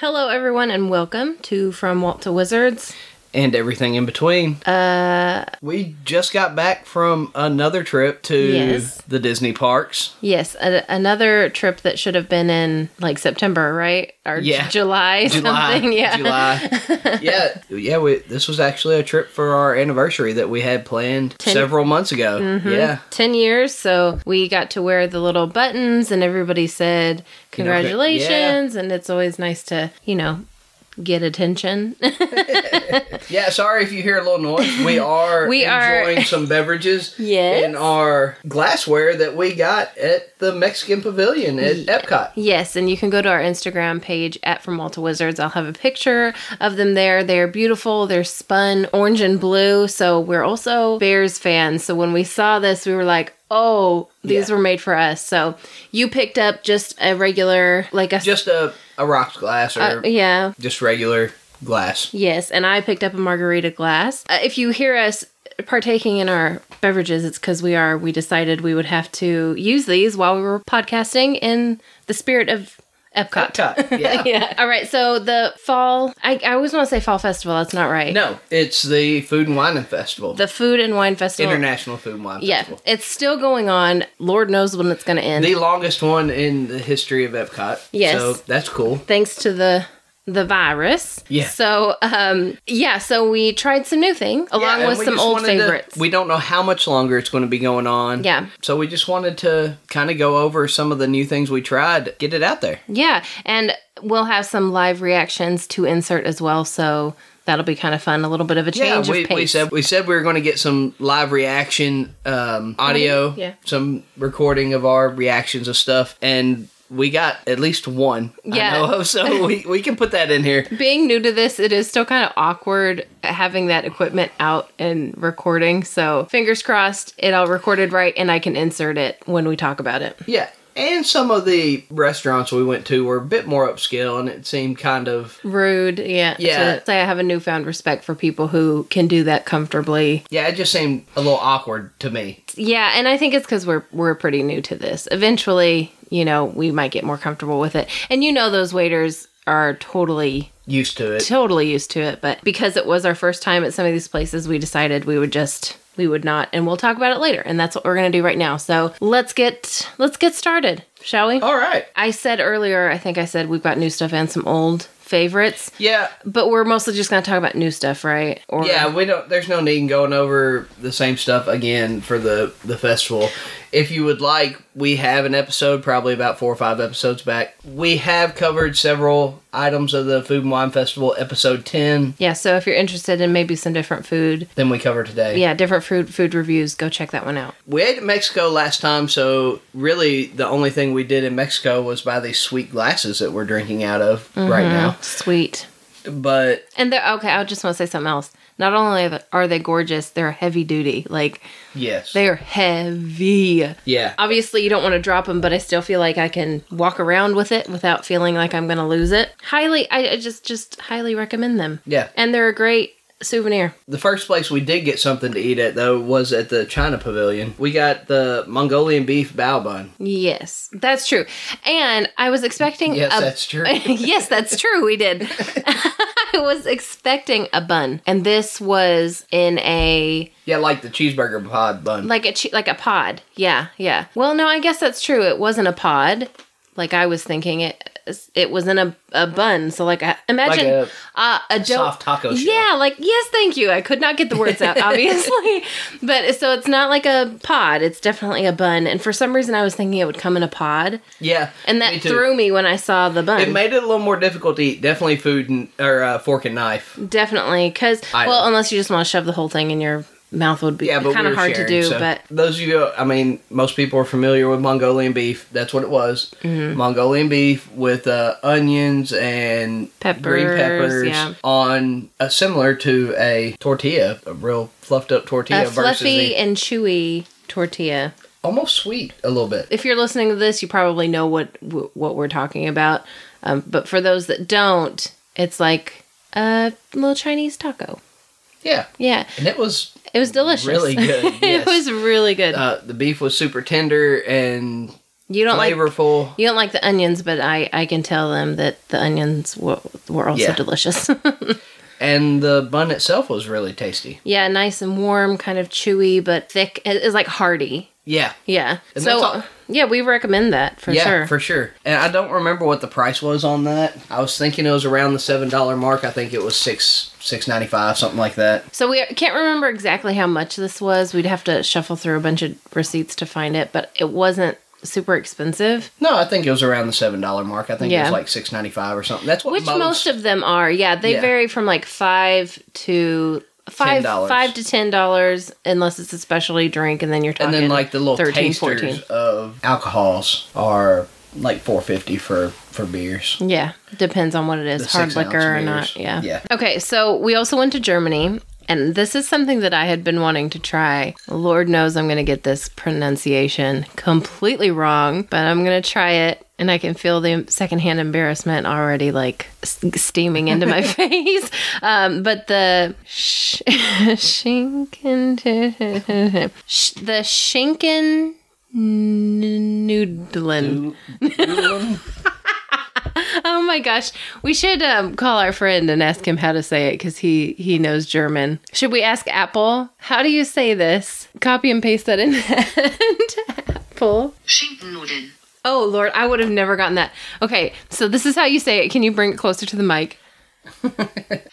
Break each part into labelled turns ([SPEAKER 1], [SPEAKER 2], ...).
[SPEAKER 1] everyone, and welcome to From Walt to Wizards.
[SPEAKER 2] and everything in between. Uh, we just got back from another trip to
[SPEAKER 1] Yes.
[SPEAKER 2] the Disney parks.
[SPEAKER 1] Yes, a- another trip that should have been in like September, right? Or j-
[SPEAKER 2] Yeah.
[SPEAKER 1] July,
[SPEAKER 2] July,
[SPEAKER 1] something. Yeah.
[SPEAKER 2] July, yeah, yeah. We, this was actually a trip for our anniversary that we had planned several months ago.
[SPEAKER 1] Mm-hmm.
[SPEAKER 2] Yeah,
[SPEAKER 1] 10 years. So we got to wear the little buttons, and everybody said, Congratulations. And it's always nice to, you know, get attention.
[SPEAKER 2] yeah. Sorry if you hear a little noise. We are
[SPEAKER 1] We are-
[SPEAKER 2] enjoying some beverages
[SPEAKER 1] Yes.
[SPEAKER 2] in our glassware that we got at the Mexican Pavilion at Epcot.
[SPEAKER 1] Yes, and you can go to our Instagram page at From Walta Wizards. I'll have a picture of them there. They're beautiful. They're spun orange and blue. So we're also Bears fans. So when we saw this, we were like, oh, these
[SPEAKER 2] Yeah.
[SPEAKER 1] were made for us. So you picked up just a regular, like a.
[SPEAKER 2] Just a a rocks glass or
[SPEAKER 1] uh, yeah.
[SPEAKER 2] just regular glass.
[SPEAKER 1] Yes, and I picked up a margarita glass. Uh, if you hear us partaking in our beverages, it's because we are. We decided we would have to use these while we were podcasting in the spirit of Epcot.
[SPEAKER 2] Epcot. Yeah.
[SPEAKER 1] yeah. All right. So the fall, I, I always want to say fall festival. That's not right.
[SPEAKER 2] No, it's the Food and Wine Festival.
[SPEAKER 1] The food and wine festival.
[SPEAKER 2] International Food and Wine
[SPEAKER 1] Oh. Yeah,
[SPEAKER 2] Festival.
[SPEAKER 1] it's still going on. Lord knows when it's going to end.
[SPEAKER 2] The longest one in the history of Epcot.
[SPEAKER 1] Yes.
[SPEAKER 2] So that's cool.
[SPEAKER 1] thanks to the the virus.
[SPEAKER 2] Yeah.
[SPEAKER 1] So um yeah, so we tried some new things along
[SPEAKER 2] Yeah, and
[SPEAKER 1] with
[SPEAKER 2] we
[SPEAKER 1] some
[SPEAKER 2] just
[SPEAKER 1] old
[SPEAKER 2] wanted to-
[SPEAKER 1] favorites.
[SPEAKER 2] we don't know how much longer it's going to be going on.
[SPEAKER 1] Yeah.
[SPEAKER 2] So we just wanted to kind of go over some of the new things we tried, get it out there.
[SPEAKER 1] yeah, and we'll have some live reactions to insert as well. So that'll be kind of fun. A little bit of a change
[SPEAKER 2] we,
[SPEAKER 1] of pace.
[SPEAKER 2] we said we said we were going to get some live reaction um, audio,
[SPEAKER 1] Oh, Yeah.
[SPEAKER 2] some recording of our reactions of stuff, and we got at least one.
[SPEAKER 1] Yeah.
[SPEAKER 2] I know of, so we, we can put that in here.
[SPEAKER 1] being new to this, it is still kind of awkward having that equipment out and recording. So fingers crossed, it all recorded right, and I can insert it when we talk about it.
[SPEAKER 2] Yeah. And some of the restaurants we went to were a bit more upscale and it seemed kind of
[SPEAKER 1] Rude, yeah.
[SPEAKER 2] Yeah.
[SPEAKER 1] To say I have a newfound respect for people who can do that comfortably.
[SPEAKER 2] yeah, it just seemed a little awkward to me.
[SPEAKER 1] Yeah, and I think it's because we're we're pretty new to this. Eventually, you know, we might get more comfortable with it, and you know, those waiters are totally
[SPEAKER 2] Used to it.
[SPEAKER 1] totally used to it but because it was our first time at some of these places we decided we would just we would not and we'll talk about it later and that's what we're going to do right now so let's get let's get started shall we
[SPEAKER 2] All right.
[SPEAKER 1] i said earlier i think i said we've got new stuff and some old favorites
[SPEAKER 2] Yeah.
[SPEAKER 1] but we're mostly just going to talk about new stuff right or
[SPEAKER 2] Yeah, we don't there's no need in going over the same stuff again for the the festival. If you would like, we have an episode probably about 4 or 5 episodes back. We have covered several items of the Food and Wine Festival episode 10
[SPEAKER 1] yeah so if you're interested in maybe some different food
[SPEAKER 2] Then we cover today.
[SPEAKER 1] yeah different food food reviews go check that one out
[SPEAKER 2] We ate in Mexico last time, so really the only thing we did in Mexico was buy these sweet glasses that we're drinking out of right now.
[SPEAKER 1] Mm-hmm. sweet
[SPEAKER 2] But
[SPEAKER 1] and they're okay i just want to say something else not only are they- are they gorgeous they're heavy duty like
[SPEAKER 2] yes,
[SPEAKER 1] They are heavy.
[SPEAKER 2] yeah,
[SPEAKER 1] Obviously, you don't want to drop them, but I still feel like I can walk around with it without feeling like I'm going to lose it. Highly, I I just just highly recommend them.
[SPEAKER 2] yeah.
[SPEAKER 1] And they're a great souvenir.
[SPEAKER 2] The first place we did get something to eat at though was at the China Pavilion. We got the Mongolian beef bao bun.
[SPEAKER 1] Yes, that's true. And I was expecting.
[SPEAKER 2] Yes,
[SPEAKER 1] a-
[SPEAKER 2] that's true.
[SPEAKER 1] yes, that's true. We did. I was expecting a bun, and this was in a
[SPEAKER 2] yeah, like the cheeseburger pod bun.
[SPEAKER 1] like a che- like a pod. Yeah, yeah. Well, no, I guess that's true. It wasn't a pod, like I was thinking. It it was in a, a bun. So like I, imagine
[SPEAKER 2] Like
[SPEAKER 1] uh, a dough-
[SPEAKER 2] soft taco shell.
[SPEAKER 1] Yeah, like yes, thank you. I could not get the words out, obviously. but so it's not like a pod. It's definitely a bun. And for some reason, I was thinking it would come in a pod,
[SPEAKER 2] yeah,
[SPEAKER 1] and
[SPEAKER 2] me
[SPEAKER 1] that
[SPEAKER 2] too.
[SPEAKER 1] threw me when I saw the bun.
[SPEAKER 2] It made it a little more difficult to eat. Definitely food and or uh, fork and knife.
[SPEAKER 1] definitely, because
[SPEAKER 2] I
[SPEAKER 1] well,
[SPEAKER 2] know.
[SPEAKER 1] unless you just want to shove the whole thing in your mouth, would be
[SPEAKER 2] Yeah, but
[SPEAKER 1] kind of
[SPEAKER 2] we were
[SPEAKER 1] hard
[SPEAKER 2] sharing,
[SPEAKER 1] to do.
[SPEAKER 2] so-
[SPEAKER 1] But
[SPEAKER 2] those of you, I mean, most people are familiar with Mongolian beef. That's what it was.
[SPEAKER 1] Mm-hmm.
[SPEAKER 2] Mongolian beef with uh, onions and green
[SPEAKER 1] Peppers,
[SPEAKER 2] peppers
[SPEAKER 1] yeah.
[SPEAKER 2] on uh, similar to a tortilla, a real fluffed up tortilla
[SPEAKER 1] a
[SPEAKER 2] versus
[SPEAKER 1] fluffy
[SPEAKER 2] the
[SPEAKER 1] and chewy tortilla.
[SPEAKER 2] almost sweet a little bit.
[SPEAKER 1] If you're listening to this, you probably know what wh- what we're talking about. Um, but for those that don't, it's like a little Chinese taco.
[SPEAKER 2] Yeah,
[SPEAKER 1] Yeah,
[SPEAKER 2] and it was
[SPEAKER 1] it was delicious.
[SPEAKER 2] Really good,
[SPEAKER 1] it
[SPEAKER 2] yes.
[SPEAKER 1] was really good.
[SPEAKER 2] uh, the beef was super tender and
[SPEAKER 1] You don't like
[SPEAKER 2] flavorful.
[SPEAKER 1] you don't like the onions, but I I can tell them that the onions were were also
[SPEAKER 2] Yeah.
[SPEAKER 1] delicious.
[SPEAKER 2] and the bun itself was really tasty.
[SPEAKER 1] yeah, nice and warm, kind of chewy but thick. It- It's like hearty.
[SPEAKER 2] Yeah.
[SPEAKER 1] Yeah.
[SPEAKER 2] And
[SPEAKER 1] so
[SPEAKER 2] that's all-
[SPEAKER 1] yeah, we recommend that for
[SPEAKER 2] yeah,
[SPEAKER 1] sure.
[SPEAKER 2] for sure. And I don't remember what the price was on that. I was thinking it was around the seven dollar mark. I think it was six six ninety five, something like that.
[SPEAKER 1] so we can't remember exactly how much this was. We'd have to shuffle through a bunch of receipts to find it, but it wasn't super expensive.
[SPEAKER 2] No, I think it was around the seven dollar mark. I think it
[SPEAKER 1] Yeah.
[SPEAKER 2] was like six ninety five or something. That's what
[SPEAKER 1] Which most, of them are. Yeah, they
[SPEAKER 2] Yeah.
[SPEAKER 1] vary from like five to five
[SPEAKER 2] $10.
[SPEAKER 1] five to ten dollars, unless it's a specialty drink, and then you're
[SPEAKER 2] and
[SPEAKER 1] talking
[SPEAKER 2] then like the little
[SPEAKER 1] 13,
[SPEAKER 2] tasters
[SPEAKER 1] 14.
[SPEAKER 2] of alcohols are like four fifty for for beers.
[SPEAKER 1] Yeah, depends on what it is,
[SPEAKER 2] The
[SPEAKER 1] hard
[SPEAKER 2] six-ounce
[SPEAKER 1] liquor or
[SPEAKER 2] beers.
[SPEAKER 1] not. Yeah.
[SPEAKER 2] Yeah.
[SPEAKER 1] Okay, so we also went to Germany. And this is something that I had been wanting to try. Lord knows I'm going to get this pronunciation completely wrong, but I'm going to try it. And I can feel the secondhand embarrassment already like s- steaming into my face. Um, but the sh- Schinken, sh- the Schinken Nudelin. Oh my gosh, we should um, call our friend and ask him how to say it because he he knows German. Should we ask Apple? How do you say this? Copy and paste that in. Apple.
[SPEAKER 3] Schinkennudeln.
[SPEAKER 1] Oh Lord, I would have never gotten that. Okay, so this is how you say it. Can you bring it closer to the mic?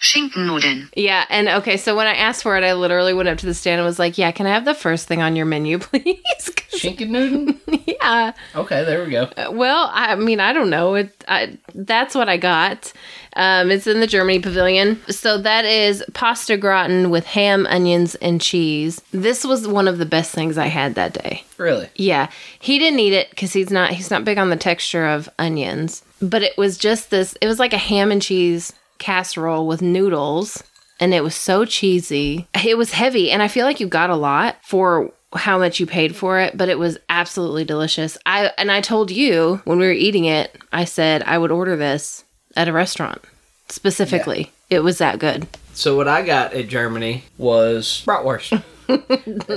[SPEAKER 3] Schinkennudeln.
[SPEAKER 1] Yeah, and okay, so when I asked for it, I literally went up to the stand and was like, "Yeah, can I have the first thing on your menu, please?" 'Cause-
[SPEAKER 2] Shinken Newton?
[SPEAKER 1] yeah.
[SPEAKER 2] Okay, there we go.
[SPEAKER 1] Well, I mean, I don't know. It, I, that's what I got. Um, it's in the Germany Pavilion. So that is pasta gratin with ham, onions, and cheese. This was one of the best things I had that day.
[SPEAKER 2] Really?
[SPEAKER 1] Yeah, he didn't eat it because he's not he's not big on the texture of onions. But it was just this. It was like a ham and cheese casserole with noodles, and it was so cheesy. It was heavy, and I feel like you got a lot for how much you paid for it, but it was absolutely delicious. I and I told you when we were eating it, I said I would order this at a restaurant specifically. It was that good.
[SPEAKER 2] So what I got at Germany was bratwurst.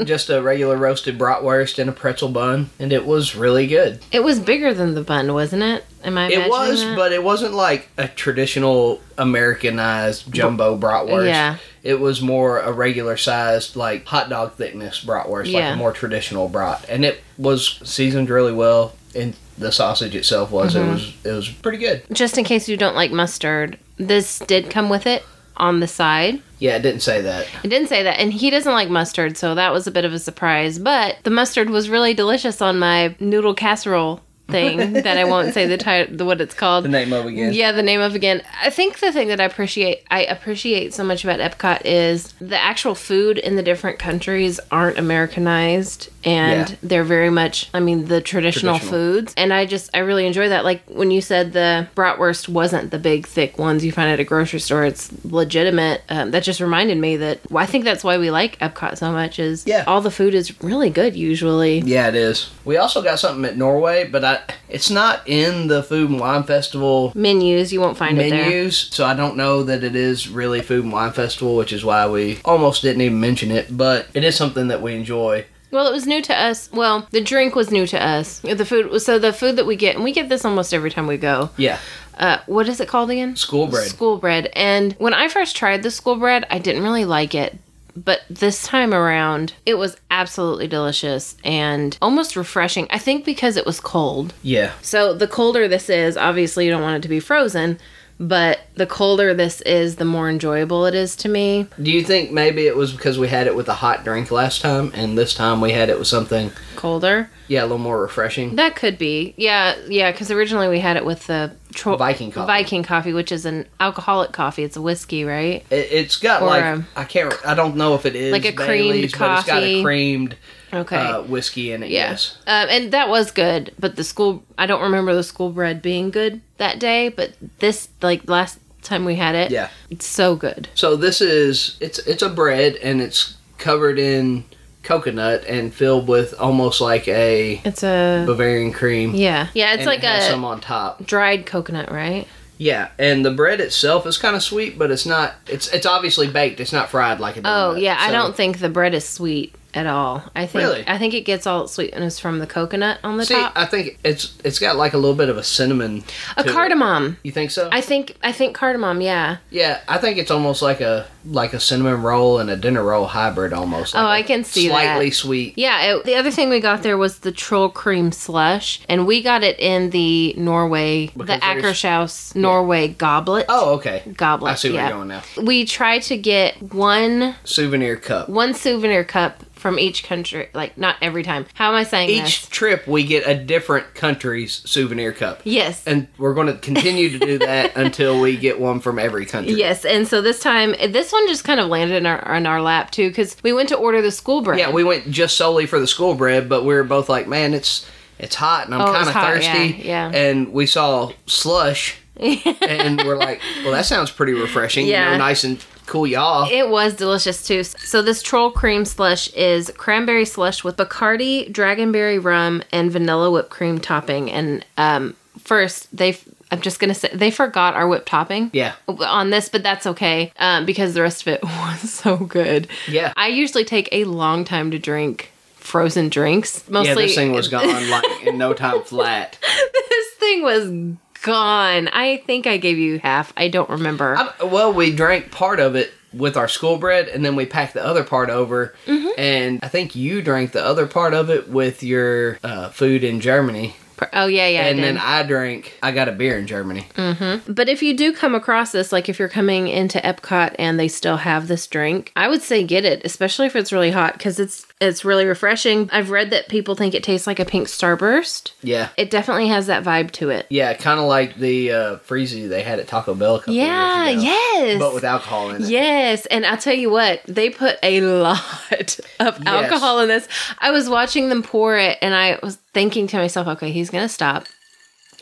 [SPEAKER 2] Just a regular roasted bratwurst and a pretzel bun, and it was really good.
[SPEAKER 1] It was bigger than the bun, wasn't it? Am I?
[SPEAKER 2] It
[SPEAKER 1] imagining
[SPEAKER 2] was,
[SPEAKER 1] that?
[SPEAKER 2] but it wasn't like a traditional Americanized jumbo bratwurst.
[SPEAKER 1] Yeah.
[SPEAKER 2] It was more a regular sized, like hot dog thickness bratwurst, like
[SPEAKER 1] Yeah.
[SPEAKER 2] a more traditional brat. And it was seasoned really well, and the sausage itself was.
[SPEAKER 1] Mm-hmm.
[SPEAKER 2] It was it was pretty good.
[SPEAKER 1] just in case you don't like mustard, this did come with it on the side.
[SPEAKER 2] Yeah, it didn't say that.
[SPEAKER 1] I didn't say that, and he doesn't like mustard, so that was a bit of a surprise. But the mustard was really delicious on my noodle casserole thing that I won't say the title, what it's called.
[SPEAKER 2] The name of again.
[SPEAKER 1] Yeah, the name of again. I think the thing that I appreciate I appreciate so much about Epcot is the actual food in the different countries aren't Americanized and
[SPEAKER 2] Yeah.
[SPEAKER 1] they're very much I mean the traditional,
[SPEAKER 2] Traditional.
[SPEAKER 1] foods and I just I really enjoy that like when you said the bratwurst wasn't the big thick ones you find at a grocery store it's legitimate um, that just reminded me that well, I think that's why we like Epcot so much is
[SPEAKER 2] Yeah.
[SPEAKER 1] all the food is really good usually.
[SPEAKER 2] Yeah, it is. We also got something at Norway, but I it's not in the Food and Wine Festival
[SPEAKER 1] Menus you won't find it there.
[SPEAKER 2] menus, so I don't know that it is really Food and Wine Festival, which is why we almost didn't even mention it, but it is something that we enjoy.
[SPEAKER 1] Well, it was new to us. Well, the drink was new to us. The food was so the food that we get, and we get this almost every time we go.
[SPEAKER 2] Yeah,
[SPEAKER 1] Uh, what is it called again?
[SPEAKER 2] school bread.
[SPEAKER 1] School bread. And when I first tried the school bread, I didn't really like it. But this time around, it was absolutely delicious and almost refreshing. I think because it was cold.
[SPEAKER 2] Yeah,
[SPEAKER 1] So the colder this is, obviously you don't want it to be frozen, but the colder this is, the more enjoyable it is to me.
[SPEAKER 2] Do you think maybe it was because we had it with a hot drink last time, and this time we had it with something,
[SPEAKER 1] Colder.
[SPEAKER 2] yeah, a little more refreshing?
[SPEAKER 1] That could be. Yeah, yeah, because originally we had it with the tro-
[SPEAKER 2] Viking coffee.
[SPEAKER 1] Viking coffee, which is an alcoholic coffee. It's a whiskey, right?
[SPEAKER 2] It, it's got
[SPEAKER 1] Or,
[SPEAKER 2] like
[SPEAKER 1] um,
[SPEAKER 2] I can't, I don't know if it is
[SPEAKER 1] Like a
[SPEAKER 2] Bailey's,
[SPEAKER 1] creamed
[SPEAKER 2] but it's got a
[SPEAKER 1] coffee.
[SPEAKER 2] creamed
[SPEAKER 1] Okay.
[SPEAKER 2] uh, whiskey in it. Yes.
[SPEAKER 1] Um, and that was good, but the school, I don't remember the school bread being good that day, but this, like, last time we had it,
[SPEAKER 2] Yeah.
[SPEAKER 1] it's so good.
[SPEAKER 2] So this is it's it's a bread and it's covered in coconut and filled with almost like a
[SPEAKER 1] It's a.
[SPEAKER 2] Bavarian cream.
[SPEAKER 1] Yeah. Yeah, it's
[SPEAKER 2] and
[SPEAKER 1] like
[SPEAKER 2] it has
[SPEAKER 1] a
[SPEAKER 2] some on top.
[SPEAKER 1] dried coconut, right?
[SPEAKER 2] Yeah, and the bread itself is kind of sweet, but it's not. It's it's obviously baked. It's not fried like a.
[SPEAKER 1] Oh,
[SPEAKER 2] donut.
[SPEAKER 1] yeah. I
[SPEAKER 2] So-
[SPEAKER 1] don't think the bread is sweet. at all. I think
[SPEAKER 2] Really?
[SPEAKER 1] I think it gets all its sweetness from the coconut on the
[SPEAKER 2] See,
[SPEAKER 1] top.
[SPEAKER 2] I think it's it's got like a little bit of a cinnamon.
[SPEAKER 1] A
[SPEAKER 2] to it.
[SPEAKER 1] cardamom.
[SPEAKER 2] You think so?
[SPEAKER 1] I think I think cardamom, yeah.
[SPEAKER 2] yeah, I think it's almost like a like a cinnamon roll and a dinner roll hybrid almost.
[SPEAKER 1] Oh,
[SPEAKER 2] I
[SPEAKER 1] I can see that.
[SPEAKER 2] slightly sweet.
[SPEAKER 1] Yeah, it, the other thing we got there was the troll cream slush, and we got it in the Norway,
[SPEAKER 2] Because
[SPEAKER 1] the
[SPEAKER 2] there's-
[SPEAKER 1] Akershaus Norway goblet.
[SPEAKER 2] Oh, okay.
[SPEAKER 1] goblet.
[SPEAKER 2] I see where
[SPEAKER 1] yeah.
[SPEAKER 2] you're going now.
[SPEAKER 1] We try to get one
[SPEAKER 2] Souvenir cup.
[SPEAKER 1] one souvenir cup from each country. Like not every time. How am I saying
[SPEAKER 2] Each
[SPEAKER 1] this?
[SPEAKER 2] trip we get a different country's souvenir cup.
[SPEAKER 1] Yes.
[SPEAKER 2] And we're going to continue to do that until we get one from every country.
[SPEAKER 1] Yes, and so this time, this one just kind of landed in our in our lap too, because we went to order the school bread.
[SPEAKER 2] Yeah, we went just solely for the school bread, but we were both like, man, it's it's hot and I'm
[SPEAKER 1] Oh, it was
[SPEAKER 2] kind of
[SPEAKER 1] hot,
[SPEAKER 2] thirsty.
[SPEAKER 1] yeah, yeah.
[SPEAKER 2] And we saw slush, and we're like, well, that sounds pretty refreshing. You
[SPEAKER 1] Yeah.
[SPEAKER 2] know, nice and cool, y'all.
[SPEAKER 1] It was delicious too. So this troll cream slush is cranberry slush with Bacardi, dragonberry rum, and vanilla whipped cream topping. And um, first, they I'm just gonna say they forgot our whipped topping.
[SPEAKER 2] yeah.
[SPEAKER 1] On this, but that's okay um, because the rest of it was so good.
[SPEAKER 2] Yeah.
[SPEAKER 1] I usually take a long time to drink frozen drinks. Mostly,
[SPEAKER 2] yeah, this thing was gone like in no time flat.
[SPEAKER 1] this thing was gone. I think I gave you half. I don't remember.
[SPEAKER 2] I, well, we drank part of it with our school bread, and then we packed the other part over.
[SPEAKER 1] Mm-hmm.
[SPEAKER 2] And I think you drank the other part of it with your uh, food in Germany.
[SPEAKER 1] oh yeah, yeah. I
[SPEAKER 2] and
[SPEAKER 1] did. Mm.
[SPEAKER 2] then I drank. I got a beer in Germany.
[SPEAKER 1] But if you do come across this, like if you're coming into Epcot and they still have this drink, I would say get it, especially if it's really hot because it's it's really refreshing. I've read that people think it tastes like a pink starburst.
[SPEAKER 2] Yeah,
[SPEAKER 1] It definitely has that vibe to it.
[SPEAKER 2] yeah, kind of like the uh, freezy they had at Taco Bell. A couple
[SPEAKER 1] Yeah,
[SPEAKER 2] years ago,
[SPEAKER 1] yes.
[SPEAKER 2] but with alcohol in it.
[SPEAKER 1] Yes, and I'll tell you what, they put a lot of alcohol in this. I was watching them pour it and I was thinking to myself, okay, he's going to stop.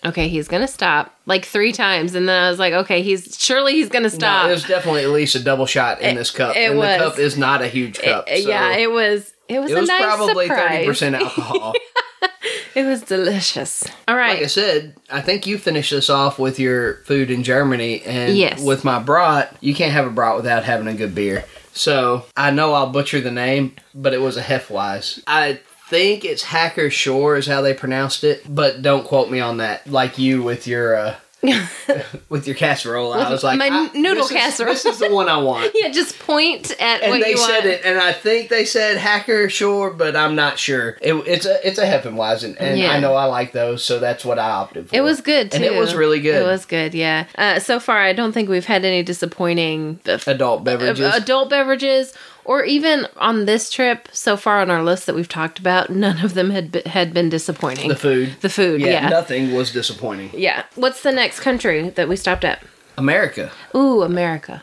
[SPEAKER 1] Okay, he's going to stop like 3 times and then I was like, okay, he's surely he's going to
[SPEAKER 2] No,
[SPEAKER 1] stop.
[SPEAKER 2] it was definitely at least a double shot in this cup,
[SPEAKER 1] it
[SPEAKER 2] and
[SPEAKER 1] was.
[SPEAKER 2] the cup is not a huge cup.
[SPEAKER 1] Uh,
[SPEAKER 2] so
[SPEAKER 1] yeah, it was it was
[SPEAKER 2] it
[SPEAKER 1] a
[SPEAKER 2] was
[SPEAKER 1] nice
[SPEAKER 2] probably thirty
[SPEAKER 1] surprise.
[SPEAKER 2] percent alcohol.
[SPEAKER 1] It was delicious. All right.
[SPEAKER 2] like I said, I think you finished this off with your food in Germany, and
[SPEAKER 1] Yes.
[SPEAKER 2] with my brat, you can't have a brat without having a good beer. So I know I'll butcher the name, but it was a Hefweiss. I think it's Hacker Shore is how they pronounced it, but don't quote me on that. Like you with your uh, with your casserole, I was like
[SPEAKER 1] my
[SPEAKER 2] I-
[SPEAKER 1] noodle
[SPEAKER 2] this is-
[SPEAKER 1] casserole.
[SPEAKER 2] this is the one I want.
[SPEAKER 1] yeah, just point at
[SPEAKER 2] And
[SPEAKER 1] what
[SPEAKER 2] they
[SPEAKER 1] you want.
[SPEAKER 2] said it, and I think they said Hacker Shore, but I'm not sure. It, it's a it's a Heffenweizen, and
[SPEAKER 1] Yeah.
[SPEAKER 2] I know I like those, so that's what I opted for.
[SPEAKER 1] It was good too.
[SPEAKER 2] And it was really good.
[SPEAKER 1] It was good, yeah. Uh, so far, I don't think we've had any disappointing bef-
[SPEAKER 2] adult beverages.
[SPEAKER 1] adult beverages, or even on this trip so far on our list that we've talked about. None of them had be- had been disappointing.
[SPEAKER 2] the food.
[SPEAKER 1] The food,
[SPEAKER 2] yeah,
[SPEAKER 1] yeah.
[SPEAKER 2] nothing was disappointing.
[SPEAKER 1] yeah. What's the next country that we stopped at?
[SPEAKER 2] America.
[SPEAKER 1] Ooh, America.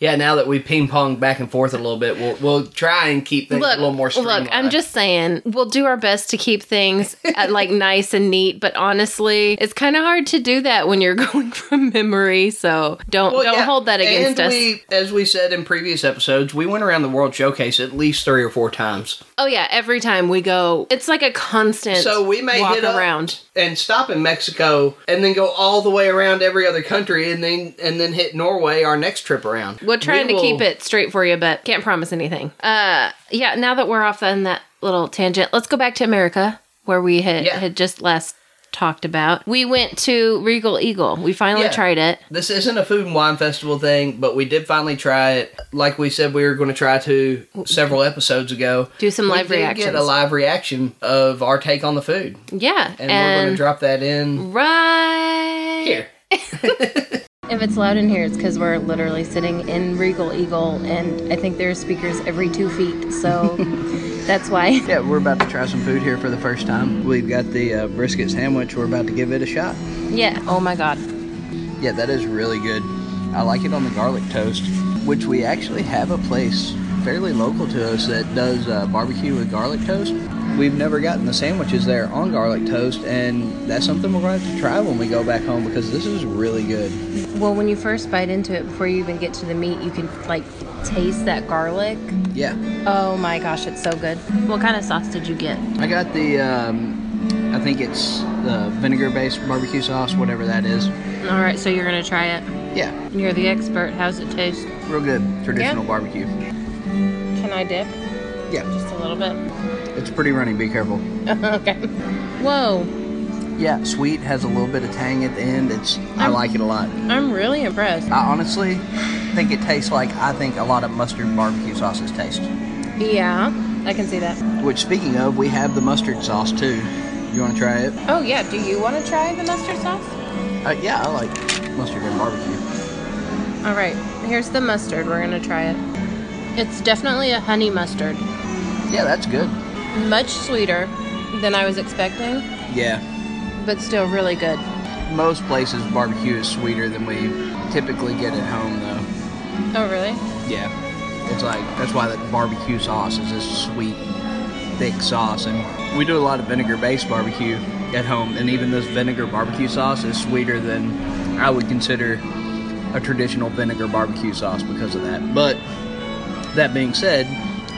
[SPEAKER 2] Yeah, now that we ping pong back and forth a little bit, we'll we'll try and keep things
[SPEAKER 1] look,
[SPEAKER 2] a little more streamlined.
[SPEAKER 1] Look, I'm just saying, we'll do our best to keep things uh like nice and neat, but honestly, it's kind of hard to do that when you're going from memory. So don't
[SPEAKER 2] Well,
[SPEAKER 1] don't
[SPEAKER 2] yeah,
[SPEAKER 1] hold that against
[SPEAKER 2] and
[SPEAKER 1] us.
[SPEAKER 2] We, as we said in previous episodes, we went around the World Showcase at least three or four times.
[SPEAKER 1] oh yeah, every time we go, it's like a constant.
[SPEAKER 2] So we may
[SPEAKER 1] walk
[SPEAKER 2] hit up-
[SPEAKER 1] around.
[SPEAKER 2] And stop in Mexico and then go all the way around every other country and then and then hit Norway our next trip around.
[SPEAKER 1] We're trying
[SPEAKER 2] We
[SPEAKER 1] to keep
[SPEAKER 2] will-
[SPEAKER 1] it straight for you, but can't promise anything. Uh, yeah. Now that we're off on that little tangent, let's go back to America where we had
[SPEAKER 2] Yeah.
[SPEAKER 1] had just last talked about. We went to Regal Eagle. We finally
[SPEAKER 2] Yeah.
[SPEAKER 1] tried it.
[SPEAKER 2] This isn't a food and wine festival thing, but we did finally try it. Like we said, we were going to try to several episodes ago.
[SPEAKER 1] Do some
[SPEAKER 2] We
[SPEAKER 1] live
[SPEAKER 2] did Get a
[SPEAKER 1] reactions.
[SPEAKER 2] live reaction of our take on the food,
[SPEAKER 1] Yeah,
[SPEAKER 2] and, we're going to drop that in
[SPEAKER 1] Right
[SPEAKER 2] here.
[SPEAKER 1] If it's loud in here, it's because we're literally sitting in Regal Eagle, and I think there are speakers every two feet, so that's why.
[SPEAKER 2] Yeah, we're about to try some food here for the first time. We've got the uh, brisket sandwich. We're about to give it a shot.
[SPEAKER 1] Yeah. Oh my God.
[SPEAKER 2] Yeah, that is really good. I like it on the garlic toast, which we actually have a place fairly local to us that does uh, barbecue with garlic toast. We've never gotten the sandwiches there on garlic toast, and that's something we're going to have to try when we go back home because this is really good.
[SPEAKER 1] Well, when you first bite into it, before you even get to the meat, you can like taste that garlic.
[SPEAKER 2] Yeah,
[SPEAKER 1] Oh my gosh, it's so good. What kind of sauce did you get?
[SPEAKER 2] I got the, um, I think it's the vinegar based barbecue sauce, whatever that is.
[SPEAKER 1] All right, so you're gonna try it.
[SPEAKER 2] Yeah,
[SPEAKER 1] You're the expert. How's it taste?
[SPEAKER 2] real good traditional barbecue.
[SPEAKER 1] Can I dip?
[SPEAKER 2] Yeah.
[SPEAKER 1] Just a little bit.
[SPEAKER 2] It's pretty runny. Be careful.
[SPEAKER 1] okay. Whoa.
[SPEAKER 2] Yeah, sweet has a little bit of tang at the end. It's I
[SPEAKER 1] I'm-
[SPEAKER 2] like it a lot.
[SPEAKER 1] I'm really impressed.
[SPEAKER 2] I honestly think it tastes like I think a lot of mustard barbecue sauces taste.
[SPEAKER 1] Yeah, I can see that.
[SPEAKER 2] Which speaking of, we have the mustard sauce too. You want to try it?
[SPEAKER 1] Oh, yeah. Do you want to try the mustard sauce?
[SPEAKER 2] Uh, yeah, I like mustard and barbecue.
[SPEAKER 1] All right. Here's the mustard. We're going to try it. It's definitely a honey mustard.
[SPEAKER 2] Yeah, that's good.
[SPEAKER 1] Much sweeter than I was expecting,
[SPEAKER 2] Yeah,
[SPEAKER 1] but still really good.
[SPEAKER 2] most places barbecue is sweeter than we typically get at home though.
[SPEAKER 1] Oh, really?
[SPEAKER 2] Yeah, it's like that's why that barbecue sauce is this sweet, thick sauce, and we do a lot of vinegar-based barbecue at home, and even this vinegar barbecue sauce is sweeter than I would consider a traditional vinegar barbecue sauce because of that. But that being said,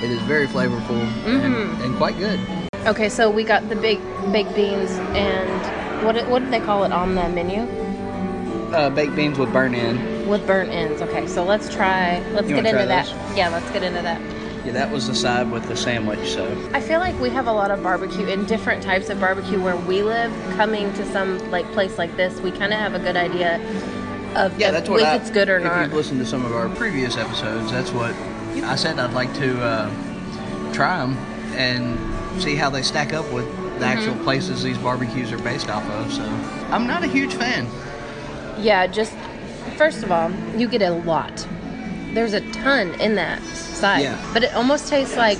[SPEAKER 2] it is very flavorful and, and quite good.
[SPEAKER 1] Okay, so we got the big baked beans and what what did they call it on the menu?
[SPEAKER 2] Uh, baked beans would burn in.
[SPEAKER 1] With burnt ends. Okay, so let's try. Let's
[SPEAKER 2] You
[SPEAKER 1] get
[SPEAKER 2] wanna
[SPEAKER 1] into
[SPEAKER 2] try
[SPEAKER 1] that.
[SPEAKER 2] those?
[SPEAKER 1] Yeah, let's get into that.
[SPEAKER 2] Yeah, that was the side with the sandwich. So
[SPEAKER 1] I feel like we have a lot of barbecue and different types of barbecue where we live. Coming to some like place like this, we kind of have a good idea of
[SPEAKER 2] yeah,
[SPEAKER 1] if,
[SPEAKER 2] that's what
[SPEAKER 1] if
[SPEAKER 2] I,
[SPEAKER 1] it's good or
[SPEAKER 2] if
[SPEAKER 1] not.
[SPEAKER 2] you've listened to some of our previous episodes, that's what I said. I'd like to uh, try them and see how they stack up with
[SPEAKER 1] Mm-hmm.
[SPEAKER 2] the actual places these barbecues are based off of. So I'm not a huge fan.
[SPEAKER 1] Yeah, just first of all, you get a lot. There's a ton in that side,
[SPEAKER 2] Yeah.
[SPEAKER 1] but it almost tastes like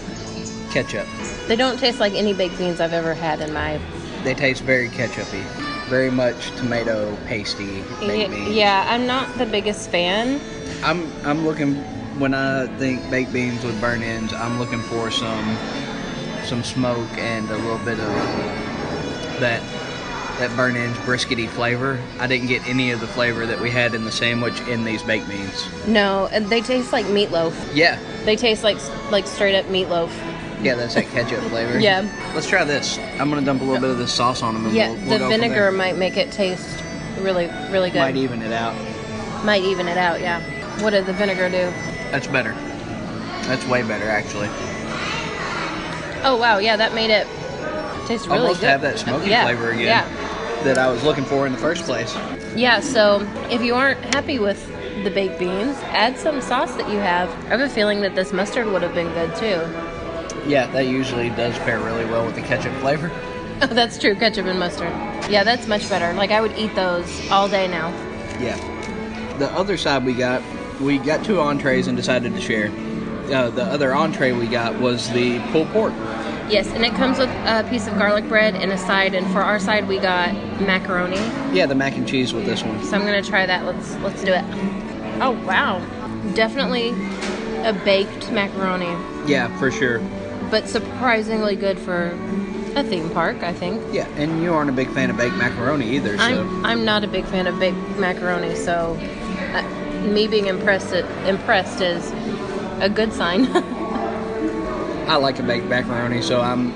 [SPEAKER 2] Ketchup.
[SPEAKER 1] they don't taste like any baked beans I've ever had in my.
[SPEAKER 2] They taste very ketchupy, very much tomato pasty. baked beans.
[SPEAKER 1] Yeah, I'm not the biggest fan.
[SPEAKER 2] I'm I'm looking when I think baked beans with burn ends. I'm looking for some some smoke and a little bit of that that burn ends briskety flavor. I didn't get any of the flavor that we had in the sandwich in these baked beans.
[SPEAKER 1] No, and they taste like meatloaf.
[SPEAKER 2] Yeah,
[SPEAKER 1] They taste like like straight up meatloaf.
[SPEAKER 2] yeah, that's that ketchup flavor.
[SPEAKER 1] Yeah.
[SPEAKER 2] Let's try this. I'm gonna dump a little bit of this sauce on them. And
[SPEAKER 1] Yeah,
[SPEAKER 2] we'll, we'll
[SPEAKER 1] the
[SPEAKER 2] go from
[SPEAKER 1] vinegar
[SPEAKER 2] there.
[SPEAKER 1] might make it taste really really good.
[SPEAKER 2] might even it out.
[SPEAKER 1] Might even it out, yeah. What did the vinegar do?
[SPEAKER 2] That's better. That's way better actually.
[SPEAKER 1] Oh wow, yeah, that made it taste really
[SPEAKER 2] Almost
[SPEAKER 1] good.
[SPEAKER 2] have that smoky
[SPEAKER 1] Yeah,
[SPEAKER 2] flavor again
[SPEAKER 1] Yeah.
[SPEAKER 2] that I was looking for in the first place.
[SPEAKER 1] Yeah, so if you aren't happy with the baked beans, add some sauce that you have. I have a feeling that this mustard would have been good too.
[SPEAKER 2] Yeah, that usually does pair really well with the ketchup flavor.
[SPEAKER 1] Oh, that's true, ketchup and mustard. Yeah, that's much better. Like I would eat those all day now.
[SPEAKER 2] Yeah. The other side we got, we got two entrees and decided to share. Uh, the other entree we got was the pulled pork.
[SPEAKER 1] Yes, and it comes with a piece of garlic bread and a side. And for our side, we got macaroni.
[SPEAKER 2] Yeah, the mac and cheese with this one.
[SPEAKER 1] So I'm gonna try that. Let's let's do it. Oh wow, definitely a baked macaroni,
[SPEAKER 2] Yeah, for sure.
[SPEAKER 1] but surprisingly good for a theme park. I think.
[SPEAKER 2] Yeah, and you aren't a big fan of baked macaroni either, so
[SPEAKER 1] I'm I'm not a big fan of baked macaroni, so uh, me being impressed impressed is a good sign.
[SPEAKER 2] I like a baked macaroni. So I'm.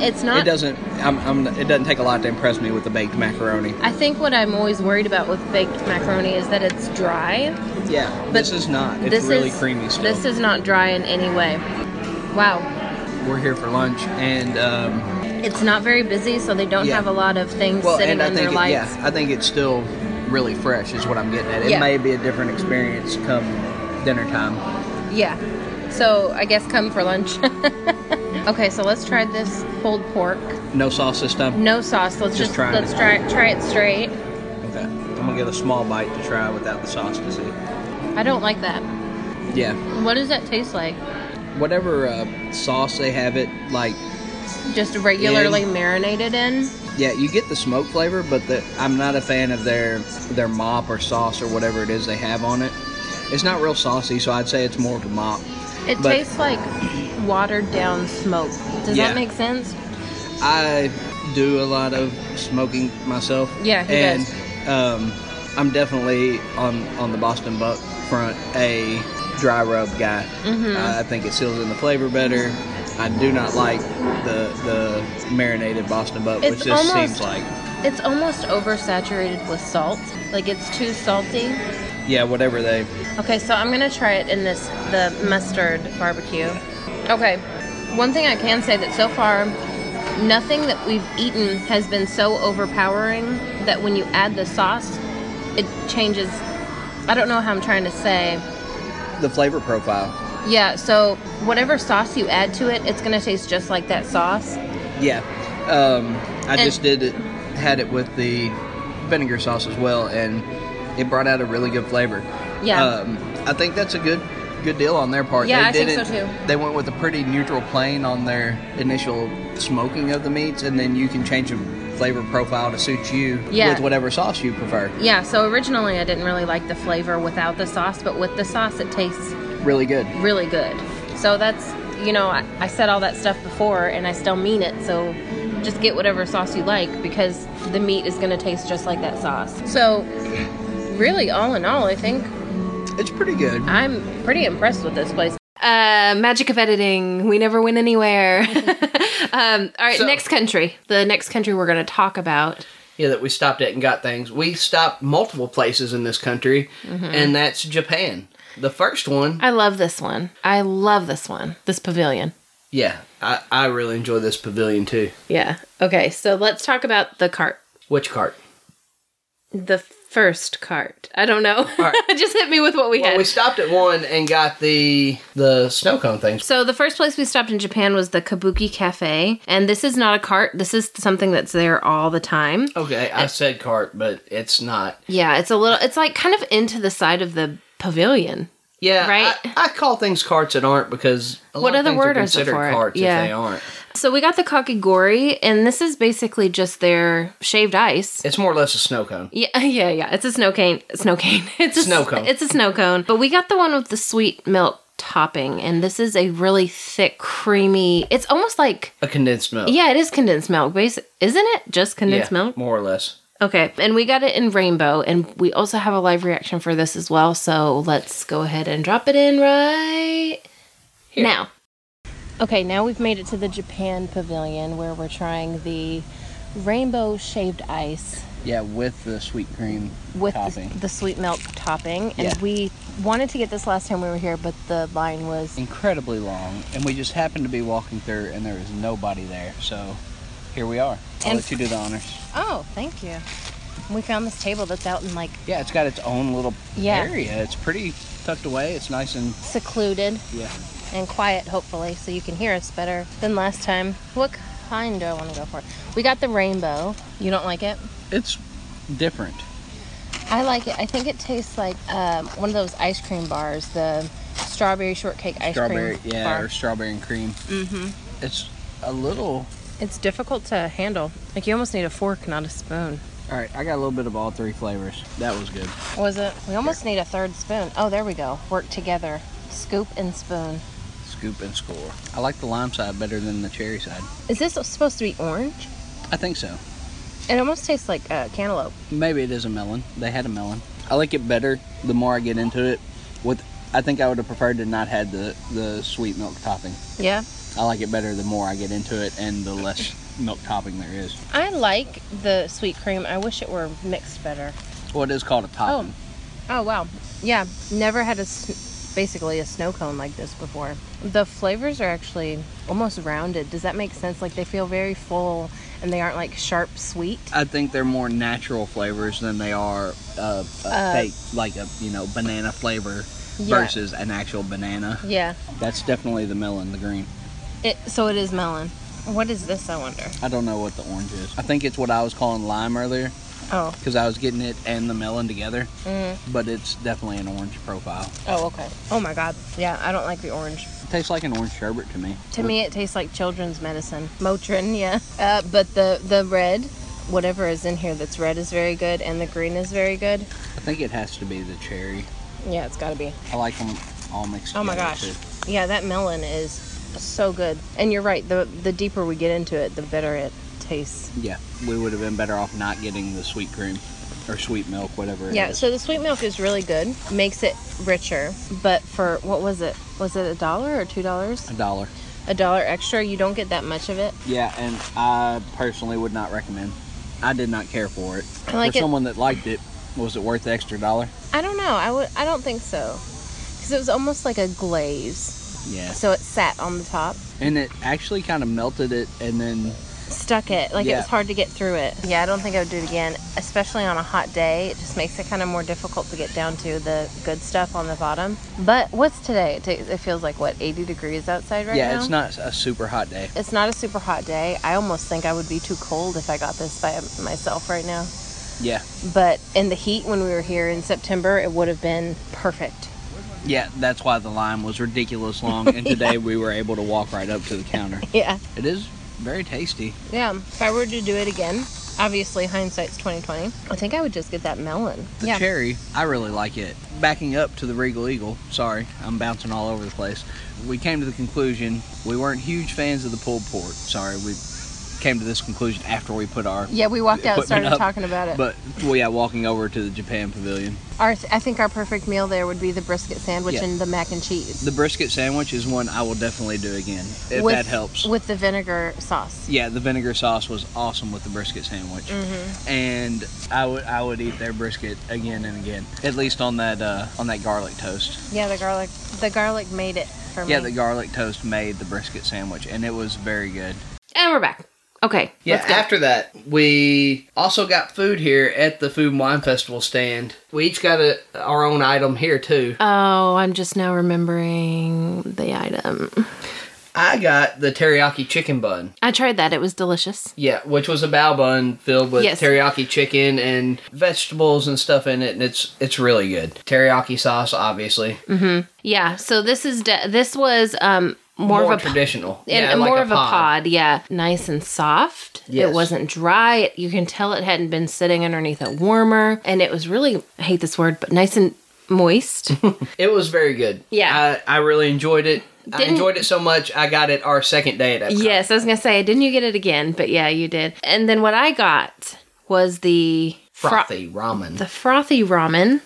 [SPEAKER 1] it's not.
[SPEAKER 2] It doesn't. I'm, I'm. It doesn't take a lot to impress me with the baked macaroni.
[SPEAKER 1] I think what I'm always worried about with baked macaroni is that it's dry.
[SPEAKER 2] Yeah, this is not. It's
[SPEAKER 1] this
[SPEAKER 2] really
[SPEAKER 1] is,
[SPEAKER 2] creamy still.
[SPEAKER 1] This is not dry in any way. Wow.
[SPEAKER 2] We're here for lunch, and um,
[SPEAKER 1] It's not very busy, so they don't
[SPEAKER 2] Yeah.
[SPEAKER 1] have a lot of things
[SPEAKER 2] Well,
[SPEAKER 1] sitting
[SPEAKER 2] and I
[SPEAKER 1] on
[SPEAKER 2] think
[SPEAKER 1] their
[SPEAKER 2] it,
[SPEAKER 1] lights.
[SPEAKER 2] yeah, I think it's still really fresh. Is what I'm getting at. It
[SPEAKER 1] Yeah.
[SPEAKER 2] may be a different experience come dinner time.
[SPEAKER 1] Yeah. So I guess come for lunch. okay, so let's try this pulled pork.
[SPEAKER 2] No sauce this time.
[SPEAKER 1] No sauce. Let's just,
[SPEAKER 2] Just try it.
[SPEAKER 1] let's try it try it straight.
[SPEAKER 2] Okay, I'm gonna get a small bite to try without the sauce to see.
[SPEAKER 1] I don't like that.
[SPEAKER 2] Yeah,
[SPEAKER 1] What does that taste like?
[SPEAKER 2] whatever uh, sauce they have it like.
[SPEAKER 1] Just regularly
[SPEAKER 2] Yeah.
[SPEAKER 1] marinated in?
[SPEAKER 2] Yeah, you get the smoke flavor, but the, I'm not a fan of their their mop or sauce or whatever it is they have on it. It's not real saucy, so I'd say it's more of a mop.
[SPEAKER 1] It
[SPEAKER 2] But-
[SPEAKER 1] tastes like watered down smoke. Does
[SPEAKER 2] Yeah.
[SPEAKER 1] that make sense?
[SPEAKER 2] I do a lot of smoking myself.
[SPEAKER 1] Yeah, he
[SPEAKER 2] and
[SPEAKER 1] does.
[SPEAKER 2] um, I'm definitely on on the Boston Buck front a dry rub guy.
[SPEAKER 1] Mm-hmm.
[SPEAKER 2] I think it seals in the flavor better. I do not like the the marinated Boston Buck,
[SPEAKER 1] It's
[SPEAKER 2] which this
[SPEAKER 1] almost-
[SPEAKER 2] seems like.
[SPEAKER 1] It's almost oversaturated with salt. Like it's too salty.
[SPEAKER 2] Yeah, whatever they.
[SPEAKER 1] Okay, so I'm gonna try it in this the mustard barbecue. Okay. One thing I can say that so far, nothing that we've eaten has been so overpowering that when you add the sauce, it changes. I don't know how I'm trying to say.
[SPEAKER 3] The flavor profile.
[SPEAKER 1] Yeah, so whatever sauce you add to it, it's going to taste just like that sauce.
[SPEAKER 2] Yeah. Um, I
[SPEAKER 1] And-
[SPEAKER 2] just did it, had it with the vinegar sauce as well, and it brought out a really good flavor.
[SPEAKER 1] Yeah.
[SPEAKER 2] Um, I think that's a good good deal on their part.
[SPEAKER 1] Yeah,
[SPEAKER 2] they
[SPEAKER 1] I think
[SPEAKER 2] didn't-
[SPEAKER 1] so too.
[SPEAKER 2] They went with a pretty neutral plane on their initial smoking of the meats, and then you can change the flavor profile to suit you
[SPEAKER 1] Yeah.
[SPEAKER 2] with whatever sauce you prefer.
[SPEAKER 1] Yeah, so originally I didn't really like the flavor without the sauce, but with the sauce, it tastes
[SPEAKER 2] Really good.
[SPEAKER 1] really good. So that's, you know, I, I said all that stuff before and I still mean it. So just get whatever sauce you like because the meat is going to taste just like that sauce. So, really, all in all, I think
[SPEAKER 2] It's pretty good.
[SPEAKER 1] I'm pretty impressed with this place. Uh, magic of editing. We never win anywhere. um, all right,
[SPEAKER 2] So-
[SPEAKER 1] next country. The next country we're going to talk about.
[SPEAKER 2] yeah, that we stopped at and got things. We stopped multiple places in this country,
[SPEAKER 1] Mm-hmm.
[SPEAKER 2] and that's Japan. The first one,
[SPEAKER 1] I love this one. I love this one. This pavilion.
[SPEAKER 2] yeah, I, I really enjoy this pavilion too.
[SPEAKER 1] Yeah. Okay, so let's talk about the cart.
[SPEAKER 2] Which cart?
[SPEAKER 1] The first cart. I don't know.
[SPEAKER 2] right.
[SPEAKER 1] Just hit me with what we
[SPEAKER 2] Well,
[SPEAKER 1] had.
[SPEAKER 2] we stopped at one and got the the snow cone things.
[SPEAKER 1] so the first place we stopped in Japan was the Kabuki Cafe, and this is not a cart. This is something that's there all the time.
[SPEAKER 2] Okay, I said cart, but it's not.
[SPEAKER 1] Yeah, it's a little. It's like kind of into the side of the pavilion.
[SPEAKER 2] Yeah,
[SPEAKER 1] Right.
[SPEAKER 2] I, I call things carts that aren't because a lot
[SPEAKER 1] What
[SPEAKER 2] of
[SPEAKER 1] other
[SPEAKER 2] things are
[SPEAKER 1] word is it
[SPEAKER 2] considered
[SPEAKER 1] for it?
[SPEAKER 2] carts
[SPEAKER 1] Yeah.
[SPEAKER 2] if they aren't.
[SPEAKER 1] So we got the kakigori, and this is basically just their shaved ice.
[SPEAKER 2] It's more or less a snow cone.
[SPEAKER 1] Yeah, yeah, yeah. It's a snow cane. Snow cane. It's a
[SPEAKER 2] Snow cone.
[SPEAKER 1] It's a snow cone. But we got the one with the sweet milk topping, and this is a really thick, creamy. It's almost like
[SPEAKER 2] A condensed milk.
[SPEAKER 1] yeah, it is condensed milk, basi- isn't it? Just
[SPEAKER 2] Yeah,
[SPEAKER 1] condensed milk.
[SPEAKER 2] more or less.
[SPEAKER 1] Okay, and we got it in rainbow, and we also have a live reaction for this as well. So let's go ahead and drop it in right now. Okay, now we've made it to the Japan pavilion where we're trying the rainbow shaved ice
[SPEAKER 2] Yeah, with the sweet cream
[SPEAKER 1] with the,
[SPEAKER 2] topping.
[SPEAKER 1] the sweet milk topping. And
[SPEAKER 2] Yeah.
[SPEAKER 1] we wanted to get this last time we were here, but the line was
[SPEAKER 2] incredibly long, and we just happened to be walking through, and there was nobody there. So here we are. I'll
[SPEAKER 1] And-
[SPEAKER 2] let you do the honors.
[SPEAKER 1] oh, thank you. We found this table that's out in like
[SPEAKER 2] Yeah, it's got its own little
[SPEAKER 1] Yeah.
[SPEAKER 2] area. It's pretty tucked away. It's nice and
[SPEAKER 1] secluded
[SPEAKER 2] yeah.
[SPEAKER 1] and quiet, hopefully, so you can hear us better than last time. What kind do I want to go for? We got the rainbow. You don't like it?
[SPEAKER 2] It's different.
[SPEAKER 1] I like it. I think it tastes like um, one of those ice cream bars, the strawberry shortcake ice
[SPEAKER 2] strawberry,
[SPEAKER 1] cream
[SPEAKER 2] yeah,
[SPEAKER 1] bar.
[SPEAKER 2] or strawberry and cream. Mm-hmm. It's a little.
[SPEAKER 1] It's difficult to handle. Like you almost need a fork, not a spoon.
[SPEAKER 2] All right, I got a little bit of all three flavors. That was good.
[SPEAKER 1] Was it? We almost need a third spoon. Oh, there we go. Work together. Scoop and spoon.
[SPEAKER 2] Scoop and score. I like the lime side better than the cherry side.
[SPEAKER 1] Is this supposed to be orange?
[SPEAKER 2] I think so.
[SPEAKER 1] It almost tastes like uh, cantaloupe.
[SPEAKER 2] Maybe it is a melon. They had a melon. I like it better the more I get into it. With I think I would have preferred to not had the the sweet milk topping.
[SPEAKER 1] Yeah.
[SPEAKER 2] I like it better the more I get into it and the less milk topping there is.
[SPEAKER 1] I like the sweet cream. I wish it were mixed better.
[SPEAKER 2] Well, it is called a topping.
[SPEAKER 1] Oh wow. Yeah. Never had a s- basically a snow cone like this before. The flavors are actually almost rounded. Does that make sense? Like they feel very full and they aren't like sharp sweet.
[SPEAKER 2] I think they're more natural flavors than they are uh, a fake, like a you know banana flavor
[SPEAKER 1] Yeah.
[SPEAKER 2] versus an actual banana.
[SPEAKER 1] Yeah.
[SPEAKER 2] That's definitely the melon, the green.
[SPEAKER 1] It so it is melon. What is this? I wonder.
[SPEAKER 2] I don't know what the orange is. I think it's what I was calling lime earlier
[SPEAKER 1] Oh.
[SPEAKER 2] because I was getting it and the melon together.
[SPEAKER 1] Mm-hmm.
[SPEAKER 2] But it's definitely an orange profile.
[SPEAKER 1] Oh okay. Oh my god. Yeah. I don't like the orange.
[SPEAKER 2] It tastes like an orange sherbet to me.
[SPEAKER 1] To me, it tastes like children's medicine, Motrin, yeah. Uh, but the the red, whatever is in here that's red is very good, and the green is very good.
[SPEAKER 2] I think it has to be the cherry.
[SPEAKER 1] Yeah, it's got to be.
[SPEAKER 2] I like them all mixed
[SPEAKER 1] Oh my
[SPEAKER 2] together,
[SPEAKER 1] gosh,
[SPEAKER 2] too.
[SPEAKER 1] yeah, that melon is so good. And you're right. The the deeper we get into it, the better it tastes.
[SPEAKER 2] Yeah, we would have been better off not getting the sweet cream or sweet milk, whatever. it
[SPEAKER 1] Yeah.
[SPEAKER 2] is.
[SPEAKER 1] So the sweet milk is really good, makes it richer. But for what was it? Was it a dollar or two dollars?
[SPEAKER 2] a dollar.
[SPEAKER 1] A dollar extra. You don't get that much of it.
[SPEAKER 2] Yeah, and I personally would not recommend. I did not care for it.
[SPEAKER 1] I like
[SPEAKER 2] for
[SPEAKER 1] it-
[SPEAKER 2] someone that liked it, was it worth the extra dollar?
[SPEAKER 1] I don't know. I would. I don't think so, because it was almost like a glaze.
[SPEAKER 3] Yeah.
[SPEAKER 1] So it sat on the top,
[SPEAKER 3] And it actually kind of melted it and then
[SPEAKER 4] stuck it. Like it
[SPEAKER 3] Yeah.
[SPEAKER 4] was hard to get through it.
[SPEAKER 1] Yeah, I don't think I would do it again, especially on a hot day. It just makes it kind of more difficult to get down to the good stuff on the bottom. But what's today? It, ta- it feels like what 80 degrees outside right
[SPEAKER 3] yeah,
[SPEAKER 1] now.
[SPEAKER 3] it's not a super hot day.
[SPEAKER 1] It's not a super hot day. I almost think I would be too cold if I got this by myself right now.
[SPEAKER 3] Yeah.
[SPEAKER 1] But in the heat when we were here in September, it would have been perfect.
[SPEAKER 3] Yeah, that's why the line was ridiculous long and today we were able to walk right up to the counter.
[SPEAKER 1] Yeah.
[SPEAKER 3] It is very tasty.
[SPEAKER 1] Yeah. If I were to do it again, obviously hindsight's 2020. I think I would just get that melon.
[SPEAKER 3] The
[SPEAKER 4] Yeah.
[SPEAKER 3] cherry, I really like it. Backing up to the Regal Eagle, sorry, I'm bouncing all over the place. We came to the conclusion we weren't huge fans of the pulled pork. Sorry, we came to this conclusion after we put our
[SPEAKER 1] Yeah, we walked out,
[SPEAKER 3] Equipment
[SPEAKER 1] started
[SPEAKER 3] up,
[SPEAKER 1] talking about it.
[SPEAKER 3] but well, yeah, walking over to the Japan Pavilion.
[SPEAKER 1] Our, I think our perfect meal there would be the brisket sandwich
[SPEAKER 3] Yeah.
[SPEAKER 1] and the mac and cheese.
[SPEAKER 3] The brisket sandwich is one I will definitely do again if
[SPEAKER 1] With-
[SPEAKER 3] that helps.
[SPEAKER 1] With the vinegar sauce.
[SPEAKER 3] yeah, the vinegar sauce was awesome with the brisket sandwich,
[SPEAKER 1] Mm-hmm.
[SPEAKER 3] and I would I would eat their brisket again and again. At least on that uh, on that garlic toast.
[SPEAKER 1] Yeah, the garlic. The garlic made it for
[SPEAKER 3] Yeah,
[SPEAKER 1] me.
[SPEAKER 3] the garlic toast made the brisket sandwich, and it was very good.
[SPEAKER 1] and we're back. Okay.
[SPEAKER 2] Yeah,
[SPEAKER 1] Let's go.
[SPEAKER 2] after that, we also got food here at the Food and Wine Festival stand. We each got a, our own item here, too.
[SPEAKER 1] Oh, I'm just now remembering the item.
[SPEAKER 2] I got the teriyaki chicken bun.
[SPEAKER 1] I tried that. It was delicious.
[SPEAKER 2] Yeah, which was a bao bun filled with
[SPEAKER 1] Yes.
[SPEAKER 2] teriyaki chicken and vegetables and stuff in it, and it's it's really good. Teriyaki sauce, obviously,
[SPEAKER 1] Yeah. So this is de- this was um more,
[SPEAKER 2] more
[SPEAKER 1] of a
[SPEAKER 2] traditional,
[SPEAKER 1] and
[SPEAKER 2] yeah, like
[SPEAKER 1] more of a pod. Yeah, nice and soft. It
[SPEAKER 2] Yes.
[SPEAKER 1] wasn't dry. It, you can tell it hadn't been sitting underneath a warmer, and it was really I hate this word, but nice and moist.
[SPEAKER 2] It was very good.
[SPEAKER 1] Yeah.
[SPEAKER 2] I, I really enjoyed it. I
[SPEAKER 1] Didn't-
[SPEAKER 2] enjoyed it so much. I got it our second day at Epcot.
[SPEAKER 1] Yes, I was gonna say, didn't you get it again? But yeah, you did. And then what I got was the fro-
[SPEAKER 2] frothy ramen.
[SPEAKER 1] the frothy ramen,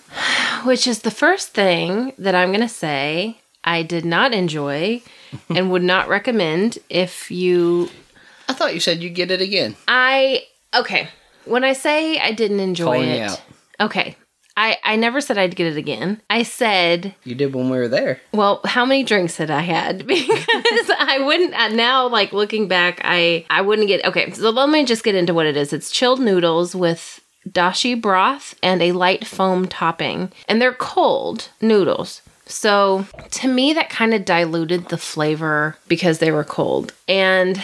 [SPEAKER 1] which is the first thing that I'm gonna say I did not enjoy and would not recommend if you.
[SPEAKER 2] I thought you said you'd get it again.
[SPEAKER 1] I okay. When I say I didn't enjoy
[SPEAKER 2] Calling
[SPEAKER 1] it,
[SPEAKER 2] you out.
[SPEAKER 1] okay. I, I never said I'd get it again. I said
[SPEAKER 2] You did when we were there.
[SPEAKER 1] Well, how many drinks had I had? Because I wouldn't uh, now, like looking back, I I wouldn't get okay. So let me just get into what it is. It's chilled noodles with dashi broth and a light foam topping, and they're cold noodles. So to me, that kind of diluted the flavor because they were cold and.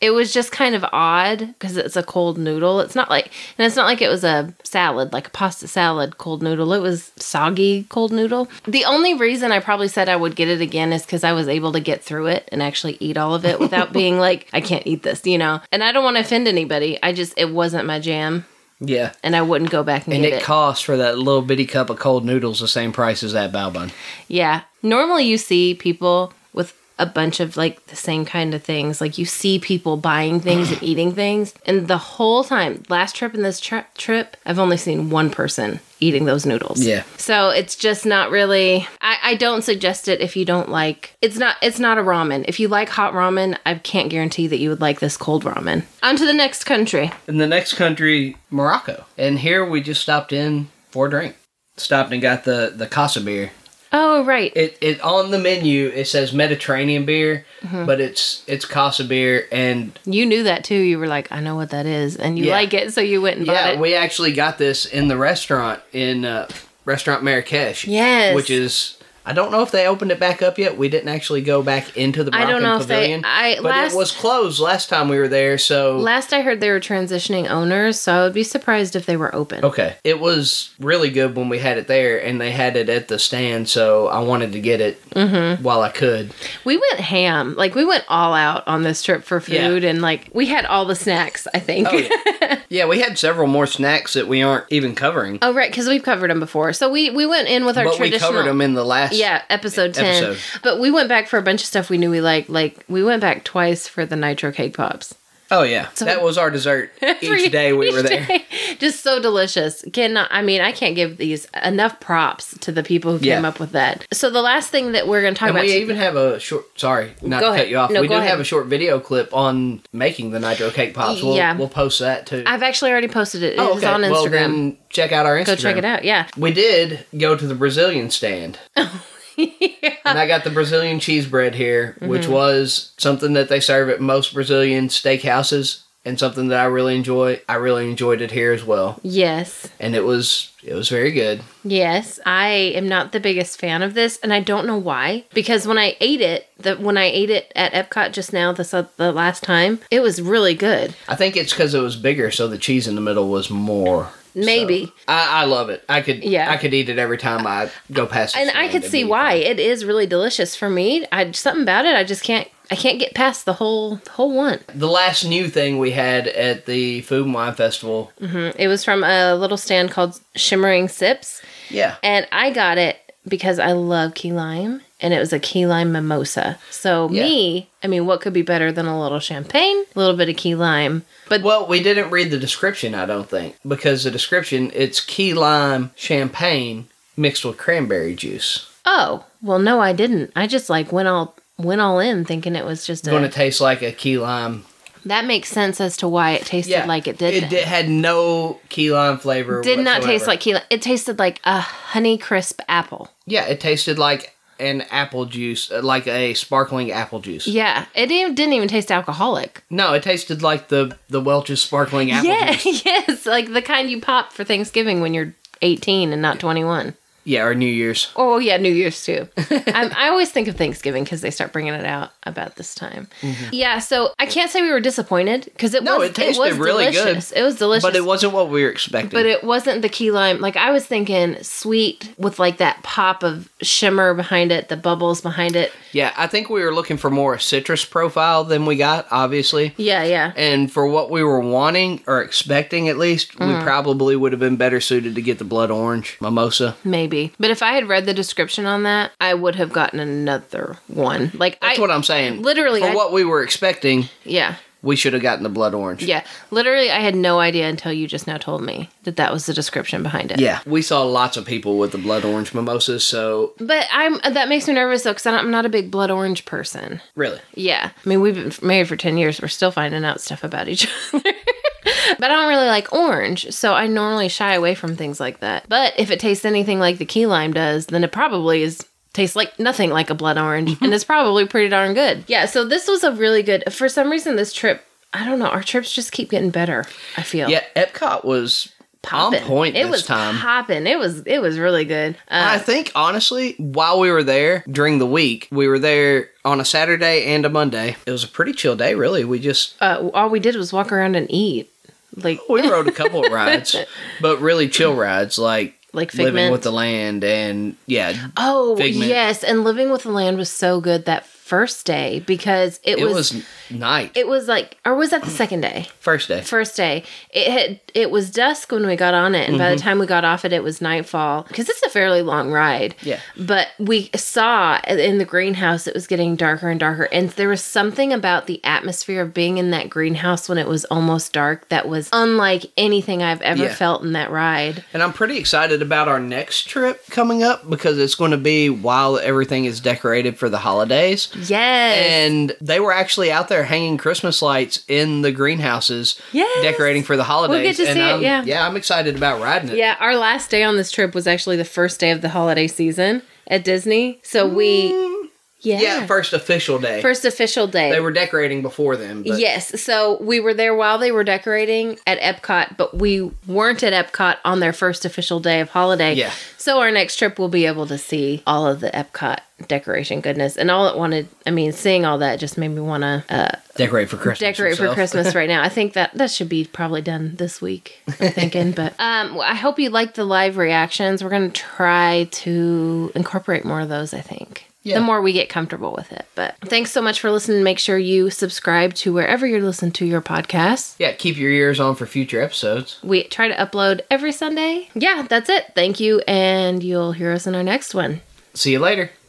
[SPEAKER 1] It was just kind of odd because it's a cold noodle. It's not like, and it's not like it was a salad, like a pasta salad cold noodle. It was soggy cold noodle. The only reason I probably said I would get it again is because I was able to get through it and actually eat all of it without being like, I can't eat this, you know? And I don't want to offend anybody. I just, it wasn't my jam
[SPEAKER 2] Yeah.
[SPEAKER 1] and I wouldn't go back and,
[SPEAKER 2] And
[SPEAKER 1] get
[SPEAKER 2] it,
[SPEAKER 1] it.
[SPEAKER 2] costs for that little bitty cup of cold noodles the same price as that bao bun.
[SPEAKER 1] Yeah. Normally you see people with a bunch of like the same kind of things. Like you see people buying things and eating things. And the whole time, last trip and this tri- trip, I've only seen one person eating those noodles.
[SPEAKER 2] Yeah.
[SPEAKER 1] So it's just not really I, I don't suggest it if you don't like it's not it's not a ramen. If you like hot ramen, I can't guarantee that you would like this cold ramen. On to the next country.
[SPEAKER 2] In the next country, Morocco. And here we just stopped in for a drink. Stopped and got the the Casa beer.
[SPEAKER 1] Oh right.
[SPEAKER 2] It it on the menu it says Mediterranean beer, but it's it's Casa beer and
[SPEAKER 1] you knew that too. You were like, I know what that is and you
[SPEAKER 2] Yeah.
[SPEAKER 1] like it, so you went and bought
[SPEAKER 2] yeah,
[SPEAKER 1] it.
[SPEAKER 2] we actually got this in the restaurant in uh, restaurant Marrakesh.
[SPEAKER 1] Yes.
[SPEAKER 2] which is I don't know if they opened it back up yet. We didn't actually go back into the
[SPEAKER 1] I
[SPEAKER 2] Moroccan
[SPEAKER 1] don't know if they-
[SPEAKER 2] pavilion.
[SPEAKER 1] I-
[SPEAKER 2] but
[SPEAKER 1] last-
[SPEAKER 2] it was closed last time we were there, so
[SPEAKER 1] Last I heard, they were transitioning owners, so I would be surprised if they were open.
[SPEAKER 2] Okay. It was really good when we had it there, and they had it at the stand, so I wanted to get it
[SPEAKER 1] Mm-hmm.
[SPEAKER 2] while I could.
[SPEAKER 1] We went ham, like we went all out on this trip for
[SPEAKER 2] Yeah.
[SPEAKER 1] food, and like we had all the snacks. I think. Oh,
[SPEAKER 2] Yeah, we had several more snacks that we aren't even covering,
[SPEAKER 1] Oh, right, because we've covered them before. So we we went in with our
[SPEAKER 2] but we
[SPEAKER 1] traditional.
[SPEAKER 2] covered them in the last.
[SPEAKER 1] yeah, episode ten.
[SPEAKER 2] Episode.
[SPEAKER 1] But we went back for a bunch of stuff we knew we liked. Like we went back twice for the nitro cake pops.
[SPEAKER 2] Oh yeah, that was our dessert each day we were there.
[SPEAKER 1] day. Just so delicious. Cannot I mean, I can't give these enough props to the people who
[SPEAKER 2] Yeah.
[SPEAKER 1] came up with that. So the last thing that we're gonna talk
[SPEAKER 2] And
[SPEAKER 1] about
[SPEAKER 2] we even have a short. Sorry, not
[SPEAKER 1] Go
[SPEAKER 2] to
[SPEAKER 1] ahead.
[SPEAKER 2] cut you off.
[SPEAKER 1] No,
[SPEAKER 2] we
[SPEAKER 1] go
[SPEAKER 2] do
[SPEAKER 1] ahead.
[SPEAKER 2] have a short video clip on making the nitro cake pops. We'll,
[SPEAKER 1] Yeah.
[SPEAKER 2] we'll post that too.
[SPEAKER 1] I've actually already posted it. It's
[SPEAKER 2] Oh, okay.
[SPEAKER 1] on Instagram.
[SPEAKER 2] Well, then check out our Instagram.
[SPEAKER 1] Go check it out. Yeah. Oh,
[SPEAKER 2] We did go to the Brazilian stand. And I got the Brazilian cheese bread here,
[SPEAKER 1] Mm-hmm.
[SPEAKER 2] which was something that they serve at most Brazilian steakhouses and something that I really enjoy. I really enjoyed it here as well.
[SPEAKER 5] Yes.
[SPEAKER 2] And it was it was very good.
[SPEAKER 5] Yes, I am not the biggest fan of this, and I don't know why. Because when I ate it, the when I ate it at Epcot just now, this uh, the last time, it was really good.
[SPEAKER 2] I think it's because it was bigger, so the cheese in the middle was more.
[SPEAKER 5] Maybe.
[SPEAKER 2] So, I, I love it. I could
[SPEAKER 5] Yeah.
[SPEAKER 2] yeah. I could eat it every time I go past.
[SPEAKER 5] and
[SPEAKER 2] this
[SPEAKER 5] I
[SPEAKER 2] stand.
[SPEAKER 5] could
[SPEAKER 2] It'd
[SPEAKER 5] see
[SPEAKER 2] be
[SPEAKER 5] why
[SPEAKER 2] fine.
[SPEAKER 5] it is really delicious for me. I something about it, I just can't. I can't get past the whole the whole one.
[SPEAKER 2] The last new thing we had at the Food and Wine Festival.
[SPEAKER 5] It was from a little stand called Shimmering Sips,
[SPEAKER 2] Yeah.
[SPEAKER 5] and I got it because I love key lime, and it was a key lime mimosa. So
[SPEAKER 2] Yeah.
[SPEAKER 5] me, I mean, what could be better than a little champagne, a little bit of key lime? But
[SPEAKER 2] Well, we didn't read the description, I don't think, because the description it's key lime champagne mixed with cranberry juice.
[SPEAKER 5] Oh, well no I didn't. I just like went all went all in thinking it was just
[SPEAKER 2] It's going to
[SPEAKER 5] a,
[SPEAKER 2] taste like a key lime.
[SPEAKER 5] that makes sense as to why it tasted like it did.
[SPEAKER 2] It
[SPEAKER 5] then.
[SPEAKER 2] di- had no key lime flavor.
[SPEAKER 5] Did not
[SPEAKER 2] whatsoever.
[SPEAKER 5] taste like key lime. It tasted like a honey crisp apple.
[SPEAKER 2] Yeah, it tasted like an apple juice, uh, like a sparkling apple juice.
[SPEAKER 5] Yeah, it even, didn't even taste alcoholic.
[SPEAKER 2] No, it tasted like the the Welch's sparkling apple
[SPEAKER 5] yeah,
[SPEAKER 2] juice.
[SPEAKER 5] yes, like the kind you pop for Thanksgiving when you're 18 and not 21.
[SPEAKER 2] Yeah, or New Year's.
[SPEAKER 5] Oh yeah, New Year's too. i I always think of Thanksgiving because they start bringing it out about this time. Yeah, so I can't say we were disappointed because it
[SPEAKER 2] Mm-hmm. No,
[SPEAKER 5] was
[SPEAKER 2] it tasted
[SPEAKER 5] was
[SPEAKER 2] really good,
[SPEAKER 5] delicious. It was delicious,
[SPEAKER 2] But it wasn't what we were expecting.
[SPEAKER 5] But it wasn't the key lime. Like I was thinking sweet with like that pop of shimmer behind it, the bubbles behind it.
[SPEAKER 2] yeah, I think we were looking for more a citrus profile than we got, obviously.
[SPEAKER 5] Yeah, yeah.
[SPEAKER 2] And for what we were wanting or expecting, at least,
[SPEAKER 5] Mm.
[SPEAKER 2] we probably would have been better suited to get the blood orange mimosa.
[SPEAKER 5] Maybe. But if I had read the description on that, I would have gotten another one. Like
[SPEAKER 2] That's
[SPEAKER 5] I
[SPEAKER 2] what I'm saying.
[SPEAKER 5] literally,
[SPEAKER 2] for
[SPEAKER 5] I-
[SPEAKER 2] what we were expecting,
[SPEAKER 5] Yeah.
[SPEAKER 2] we should have gotten the blood orange.
[SPEAKER 5] Yeah. Literally I had no idea until you just now told me that that was the description behind it.
[SPEAKER 2] Yeah, we saw lots of people with the blood orange mimosas. So
[SPEAKER 5] But I'm that makes me nervous though cuz I'm not a big blood orange person.
[SPEAKER 2] really,
[SPEAKER 5] Yeah. I mean, we've been married for 10 years. We're still finding out stuff about each other. but I don't really like orange, so I normally shy away from things like that. But if it tastes anything like the key lime does, then it probably is tastes like nothing like a blood orange and it's probably pretty darn good. Yeah, so this was a really good for some reason this trip I don't know. Our trips just keep getting better. I feel
[SPEAKER 2] yeah, Epcot was on point
[SPEAKER 5] It
[SPEAKER 2] this
[SPEAKER 5] was
[SPEAKER 2] time.
[SPEAKER 5] popping. It was it was really good.
[SPEAKER 2] I
[SPEAKER 5] Uh,
[SPEAKER 2] think honestly, while we were there during the week, we were there on a Saturday and a Monday. It was a pretty chill day, really. We just
[SPEAKER 5] uh, all we did was walk around and eat, like
[SPEAKER 2] we rode a couple of rides, but really chill rides like
[SPEAKER 5] like figment.
[SPEAKER 2] living with the land and yeah,
[SPEAKER 5] Oh
[SPEAKER 2] Figment.
[SPEAKER 5] yes, and Living with the Land was so good that first day because it,
[SPEAKER 2] it,
[SPEAKER 5] was,
[SPEAKER 2] was, night
[SPEAKER 5] it was like or was that the second day?
[SPEAKER 2] first day.
[SPEAKER 5] First day. It had it was dusk when we got on it, and
[SPEAKER 2] Mm-hmm.
[SPEAKER 5] by the time we got off it, it was nightfall because it's a fairly long ride.
[SPEAKER 2] Yeah.
[SPEAKER 5] But we saw in the greenhouse it was getting darker and darker, and there was something about the atmosphere of being in that greenhouse when it was almost dark that was unlike anything I've ever
[SPEAKER 2] Yeah.
[SPEAKER 5] felt in that ride.
[SPEAKER 2] And I'm pretty excited about our next trip coming up because it's going to be while everything is decorated for the holidays.
[SPEAKER 5] Yes.
[SPEAKER 2] And they were actually out there hanging Christmas lights in the greenhouses,
[SPEAKER 5] Yes.
[SPEAKER 2] decorating for the holidays.
[SPEAKER 5] get to
[SPEAKER 2] and
[SPEAKER 5] see it,
[SPEAKER 2] I'm,
[SPEAKER 5] yeah.
[SPEAKER 2] I'm excited about riding it.
[SPEAKER 5] Yeah, our last day on this trip was actually the first day of the holiday season at Disney. So we, yeah,
[SPEAKER 2] Mm. Yeah,
[SPEAKER 5] first,
[SPEAKER 2] first official day.
[SPEAKER 5] official day.
[SPEAKER 2] they were decorating before then. But
[SPEAKER 5] yes, so we were there while they were decorating at Epcot, but we weren't at Epcot on their first official day of holiday.
[SPEAKER 2] Yeah.
[SPEAKER 5] So our next trip, we'll be able to see all of the Epcot decoration goodness, and all it wanted. I mean, seeing all that just made me want to uh,
[SPEAKER 2] decorate for Christmas.
[SPEAKER 5] decorate for
[SPEAKER 2] yourself.
[SPEAKER 5] Christmas right now. I think that that should be probably done this week. I'm thinking, but um, well, I hope you like the live reactions. We're gonna try to incorporate more of those. I think.
[SPEAKER 2] Yeah.
[SPEAKER 5] The more we get comfortable with it. But thanks so much for listening. Make sure you subscribe to wherever you're listening to your podcast.
[SPEAKER 2] Yeah, keep your ears on for future episodes.
[SPEAKER 5] We try to upload every Sunday. Yeah, that's it. Thank you. And you'll hear us in our next one.
[SPEAKER 2] See you later.